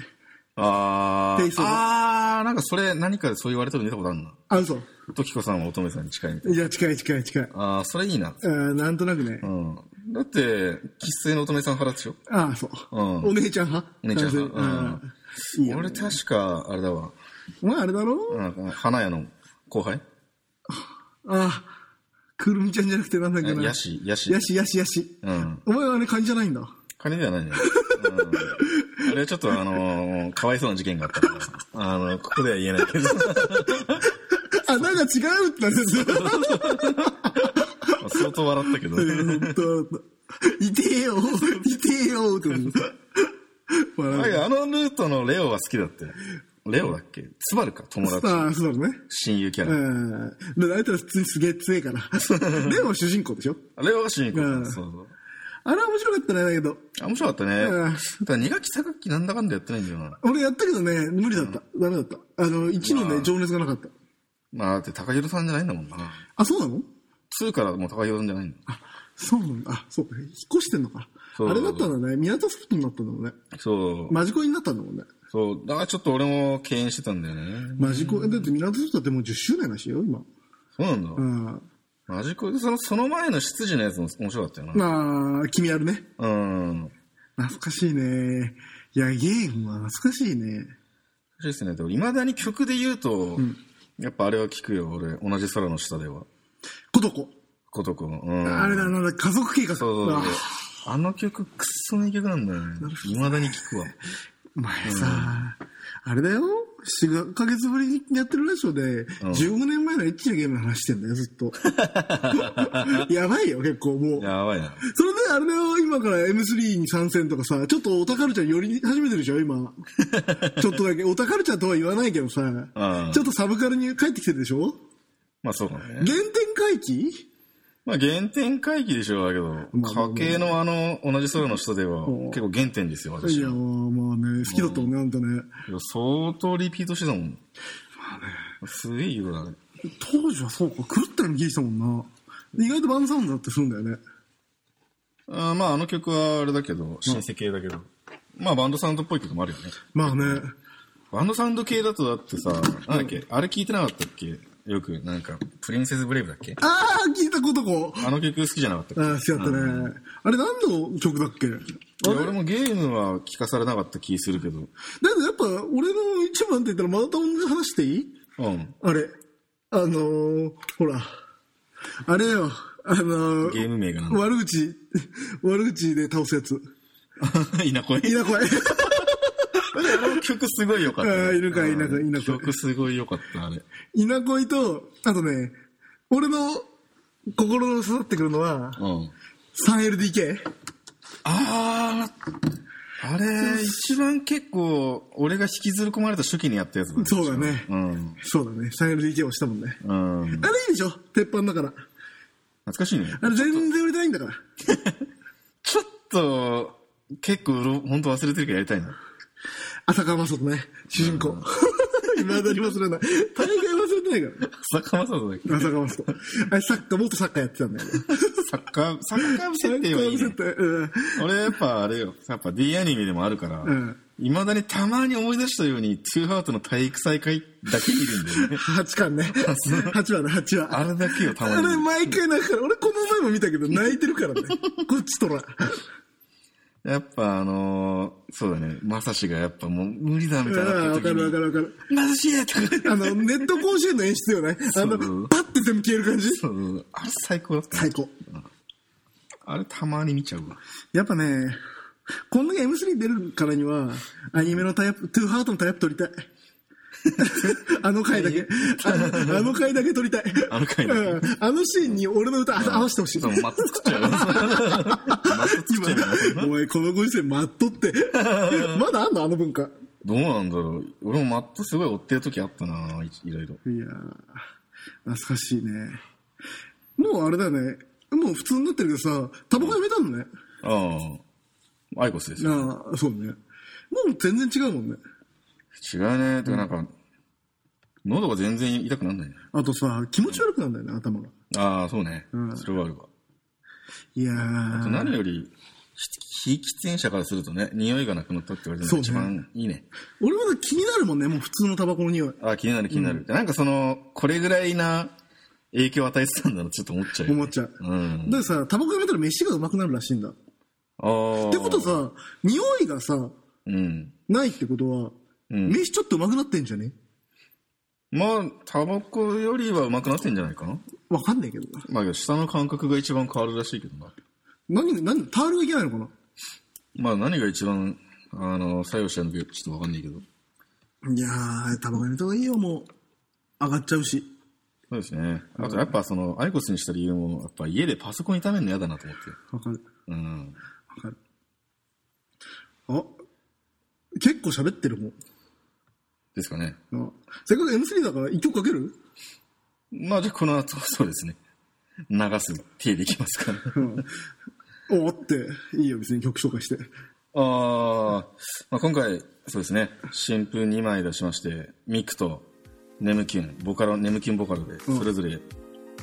S2: あー
S1: テイストで
S2: あー、なんかそれ、何かでそう言われたの見たことあるな。
S1: あ、嘘。
S2: 時子さんは乙女さんに近いみたい
S1: いや、近い近い近い。
S2: な。ああ、それいいな。
S1: うんなんとなくね
S2: う。ん。だって、喫水の乙女さん派でしょ
S1: ああ、そう。
S2: うん
S1: お姉ちゃん派
S2: お姉ちゃん派
S1: 完全にうんいいよ
S2: 俺確か、あれだわ。
S1: お前あれだろ
S2: なんか花屋の後輩
S1: ああ、くるみちゃんじゃなくてなんだっけな。
S2: ヤシ、ヤシ。
S1: やしやしやし。
S2: うん。
S1: お前はあれカニじゃないんだ。
S2: 金ではないね。うん、あれはちょっとあのー、かわいそうな事件があったから、あの、ここでは言えない
S1: [laughs]
S2: けど、
S1: あ、なんか違うってなって
S2: 相当笑ったけど、
S1: 本当いてえよ、いてえよって思った
S2: あ
S1: 笑
S2: いやあのルートのレオは好きだって。レオだっけツバルか友
S1: う。
S2: 達。
S1: ああ、そうだろうね。
S2: 親友キャ
S1: う
S2: ラ。
S1: ん。だからあいつら普通にすげえ強い
S2: [laughs]
S1: から。でも主人公でしょ
S2: レオが主人公、
S1: うん
S2: そうそう。
S1: あれは面白かったね、だけど。
S2: あ、面白かったね。
S1: うん
S2: ただ、2学期、3学期なんだかんだやってないんだよな。
S1: 俺やったけどね、無理だった。ダメだった。あの、一の
S2: ま
S1: ね
S2: あ、
S1: 情熱がなかった。
S2: まあ、だって、高弘さんじゃないんだもんな。
S1: あ、そうなの
S2: 2からもう高弘さんじゃないんだ。
S1: そうなんだ。あ、そうか。引っ越してんのか。
S2: そう
S1: あれだったんだね。港ソフトになったんだもんね。
S2: そう。
S1: マジコイになったんだもんね。
S2: そう。だからちょっと俺も敬遠してたんだよね。
S1: マジコイ。だって港ソフトってもう10周年だしよ、今。
S2: そうなんだ。
S1: うん。
S2: マジコイその、その前の執事のやつも面白かったよな。
S1: まあ、君あるね。
S2: うん。
S1: 懐かしいね。いや、ゲームは懐かしいね。
S2: そうですね。でも、未だに曲で言うと、やっぱあれは聞くよ、俺。同じ空の下では。
S1: ことこ。
S2: ことこ。うん。
S1: あれだ、なんだ、家族計画。
S2: そうそうそう
S1: あ
S2: あの曲、くっそ名曲なんだよね。未だに聞くわ。
S1: お前さ、あれだよ。4ヶ月ぶりにやってるラジオで、15年前のエッチなゲームの話してんだよ、ずっ
S2: [laughs]
S1: と。やばいよ、結構もう。
S2: やばいな。
S1: それで、あれだよ、今から M3 に参戦とかさ、ちょっとオタカルチャー寄り始めてるでしょ、今。ちょっとだけ。オタカルチャーとは言わないけどさ、ちょっとサブカルに帰ってきてるでしょ
S2: まあそうかね。
S1: 原点回帰
S2: まあ原点回帰でしょうだけ
S1: まあまあ
S2: ど、家計のあの、同じ空の下では結構原点ですよ、
S1: い
S2: 私
S1: や
S2: は。
S1: まあね、好きだったもんね、あんたね。
S2: いや相当リピートしてたもん。すげえいい曲だね。
S1: 当時はそうか、狂ったように聞いてたもんな。意外とバンドサウンドだってするんだよね。
S2: あーまああの曲はあれだけど、親戚系だけど。まあバンドサウンドっぽい曲もあるよね。
S1: まあね。
S2: バンドサウンド系だとだってさ、なんだっけ、あれ聞いてなかったっけよく、なんか、プリンセスブレイブだっけ
S1: あー、聞いたことこ。
S2: あの曲好きじゃなかったっけ
S1: あー、好きだったね。あれ何の曲だっけだって
S2: いや俺もゲームは聞かされなかった気するけど。
S1: やっぱ、俺の一番って言ったらまた同じ話していい
S2: うん。
S1: あれ、あのー、ほら、あれよ、あのー
S2: ゲーム名がなんだ。
S1: 悪口、悪口で倒すやつ。
S2: [laughs] 稲子
S1: いなこい。
S2: あの曲すごい良かった、
S1: あーいるかいいなかいいなか
S2: 曲すごい良かった、あれ。
S1: いなこいと、あとね、俺の心の刺さってくるのは、
S2: うん。
S1: 3LDK?
S2: ああ、あれ、一番結構、俺が引きずり込まれた初期にやったやつだ
S1: そうだね
S2: うん。
S1: そうだね、3LDK をしたもんね。
S2: うん。懐
S1: あれいいでしょ鉄板だから。
S2: かしいね。
S1: あれ全然売れてないんだから。
S2: ちょっと、結構うろ、本当忘れてるけどやりたいな。
S1: 浅川雅人ね、主人 [laughs] 公。いまだに忘れない。大概忘れてないから。
S2: 坂本さんだっけ
S1: 浅川雅人。あれサッカー、元サッカーやってたんだよね。
S2: サッカー、サッカー部設定はいいね。
S1: うん
S2: 俺やっぱあれよ、やっぱ D アニメでもあるから、
S1: ん。
S2: 未だにたまに思い出したように、ツーハートの体育祭会だけ見るんだよ [laughs] ね
S1: 8巻ね。8話ね、8話。
S2: あれだけよ、たま
S1: あ
S2: に見
S1: れ
S2: る。
S1: 毎回泣くから、俺この前も見たけど泣いてるから [laughs] ね。こっちとら。
S2: やっぱあのー、そうだね、まさしがやっぱもう無理だみたいに
S1: ああ、
S2: な
S1: わ
S2: った
S1: か
S2: 時
S1: るわか
S2: に、
S1: るわかる。
S2: まさしやとか言って
S1: あの、ネット甲子園の演出よね。あの
S2: そう、
S1: パッて全部消える感じ。
S2: そうあれ最高だった。
S1: 最高。
S2: あれたまに見ちゃうわ。
S1: やっぱね、こんだけ M3 出るからには、アニメのタイアップ、トゥーハートのタイアップ撮
S2: [laughs]
S1: りたい。あの回だけ。あのあの回だけ撮りたい。
S2: あの回だけ
S1: うんあのシーンに俺の歌合わせてほしい。
S2: そう、マット作っちゃうわ。マット作っちゃうわ。
S1: お前、このご時世待っと
S2: [laughs]
S1: って。まだあんのあの文化。
S2: どうなんだろう。俺もマットすごい追ってる時あったないいろいろ。
S1: いやー、懐かしいね。もうあれだよね。もう普通になってるけどさ、タバコやめたのね。
S2: ああ。アイコスですよ。
S1: ああ、そうね。もう全然違うもんね。
S2: 違うね。てかなんか、喉が全然痛くなんないね。
S1: あとさ、気持ち悪くなるんだよね、頭が。
S2: ああ、そうね。
S1: うん
S2: それはあるわ。
S1: いや
S2: あと
S1: ー。
S2: 何より、ひ非喫煙者からするとね、匂いがなくなったって言われるのが一
S1: そうね
S2: 番いいね。
S1: 俺も気になるもんね、もう普通のタバコの匂い。
S2: ああ、気になる気になる。なんかその、これぐらいな影響を与えてたんだろうちょっと思っ
S1: [laughs]
S2: ちゃうよね、
S1: 思っちゃう
S2: うん。
S1: でさ、タバコやめたら飯がうまくなるらしいんだ。っ
S2: ああ。
S1: てこと、さ、匂いがさ、
S2: うん。
S1: ないってことは、
S2: うん
S1: 飯ちょっとうまくなってんじゃね
S2: まあ、タバコよりはうまくなってんじゃないかな。
S1: わかんないけどな。
S2: まあ、けど舌の感覚が一番変わるらしいけどな。
S1: 何、何、タールがいけないのかな
S2: まあ、何が一番、あの、作用してるのかちょっとわかんないけど。
S1: いやー、タバコやめた方がいいよ、もう。上がっちゃうし。
S2: そうですね。あと、やっぱその、アイコスにした理由も、やっぱ家でパソコンに炒めるの嫌だなと思って。
S1: わかる。
S2: うん。
S1: わかる。あ、結構喋ってるもん。
S2: ですかね。
S1: あせっかく M3 だから一曲かける
S2: まあ、じゃあこの後、そうですね。流す手できますから。
S1: うん。おーって、いいよ、別に曲紹介して。
S2: ああ、まあ、今回、そうですね。新譜2枚出しまして、ミクとネムキュン、ボカロ、ネムキュンボカロで、
S1: うん
S2: それぞれ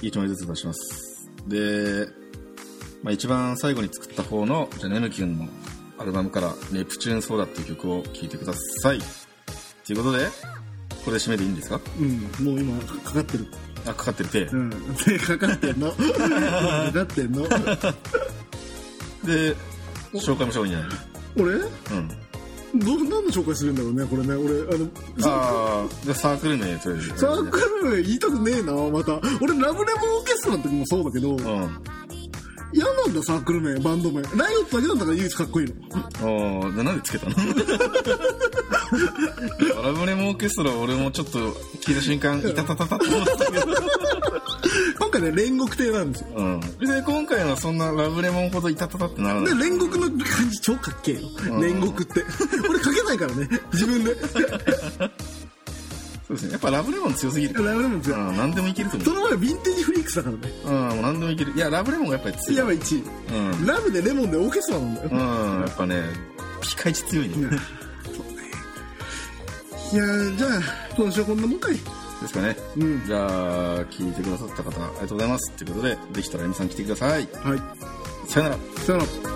S2: 1枚ずつ出します。で、まあ、一番最後に作った方の、じゃあネムキュンのアルバムから、ネプチューンソーダっていう曲を聴いてください。ということで、これで締めていいんですか
S1: うん、もう今、かかってる。
S2: あ、かかってる手。
S1: うん。で、かかってんの。 [laughs] かかってんの。
S2: で、紹介もしょうがない。
S1: 俺
S2: うん。
S1: ど、何の紹介するんだろうね、これね。俺、あの、
S2: ああ、じゃあサークル名、とりあえず。
S1: サークル名言いたくねえな、また。俺、ラブレモンオーケストラの時もそうだけど、
S2: うん。
S1: 嫌なんだ、サークル名、バンド名。ライオットだけなんだから唯一かっこいいの。
S2: ああ、で、なんでつけたの [laughs] アラブレモオーケストラ俺もちょっと聞いた瞬間、いたたたたって思ったけど。
S1: 今回ね、煉獄亭なんですよ。
S2: うん。別に今回はそんなラブレモンほどいたたたってなら
S1: で、
S2: ない。
S1: 煉獄の感じ超かっけえよ。煉獄って。俺かけないからね、自分で。
S2: そうですね。やっぱラブレモン強すぎる。
S1: ラブレモンです
S2: うん、
S1: よ。
S2: 何でもいけると思
S1: その前はヴィンテージフリークスだからね。
S2: う。うん、もう何でもいける。いや、ラブレモンがやっぱり強い。
S1: やばい1
S2: うん。
S1: 位。ラブでレモンでオーケストラなんだよ。
S2: うん、やっぱね、ピカイチ
S1: [laughs]
S2: 強いね。
S1: いやー、じゃあ、今週はこんなもんかい。
S2: ですかね。
S1: うん。
S2: じゃあ、聞いてくださった方、ありがとうございます。ということで、できたらエミさん来てください。
S1: はい。
S2: さよなら。
S1: さよなら。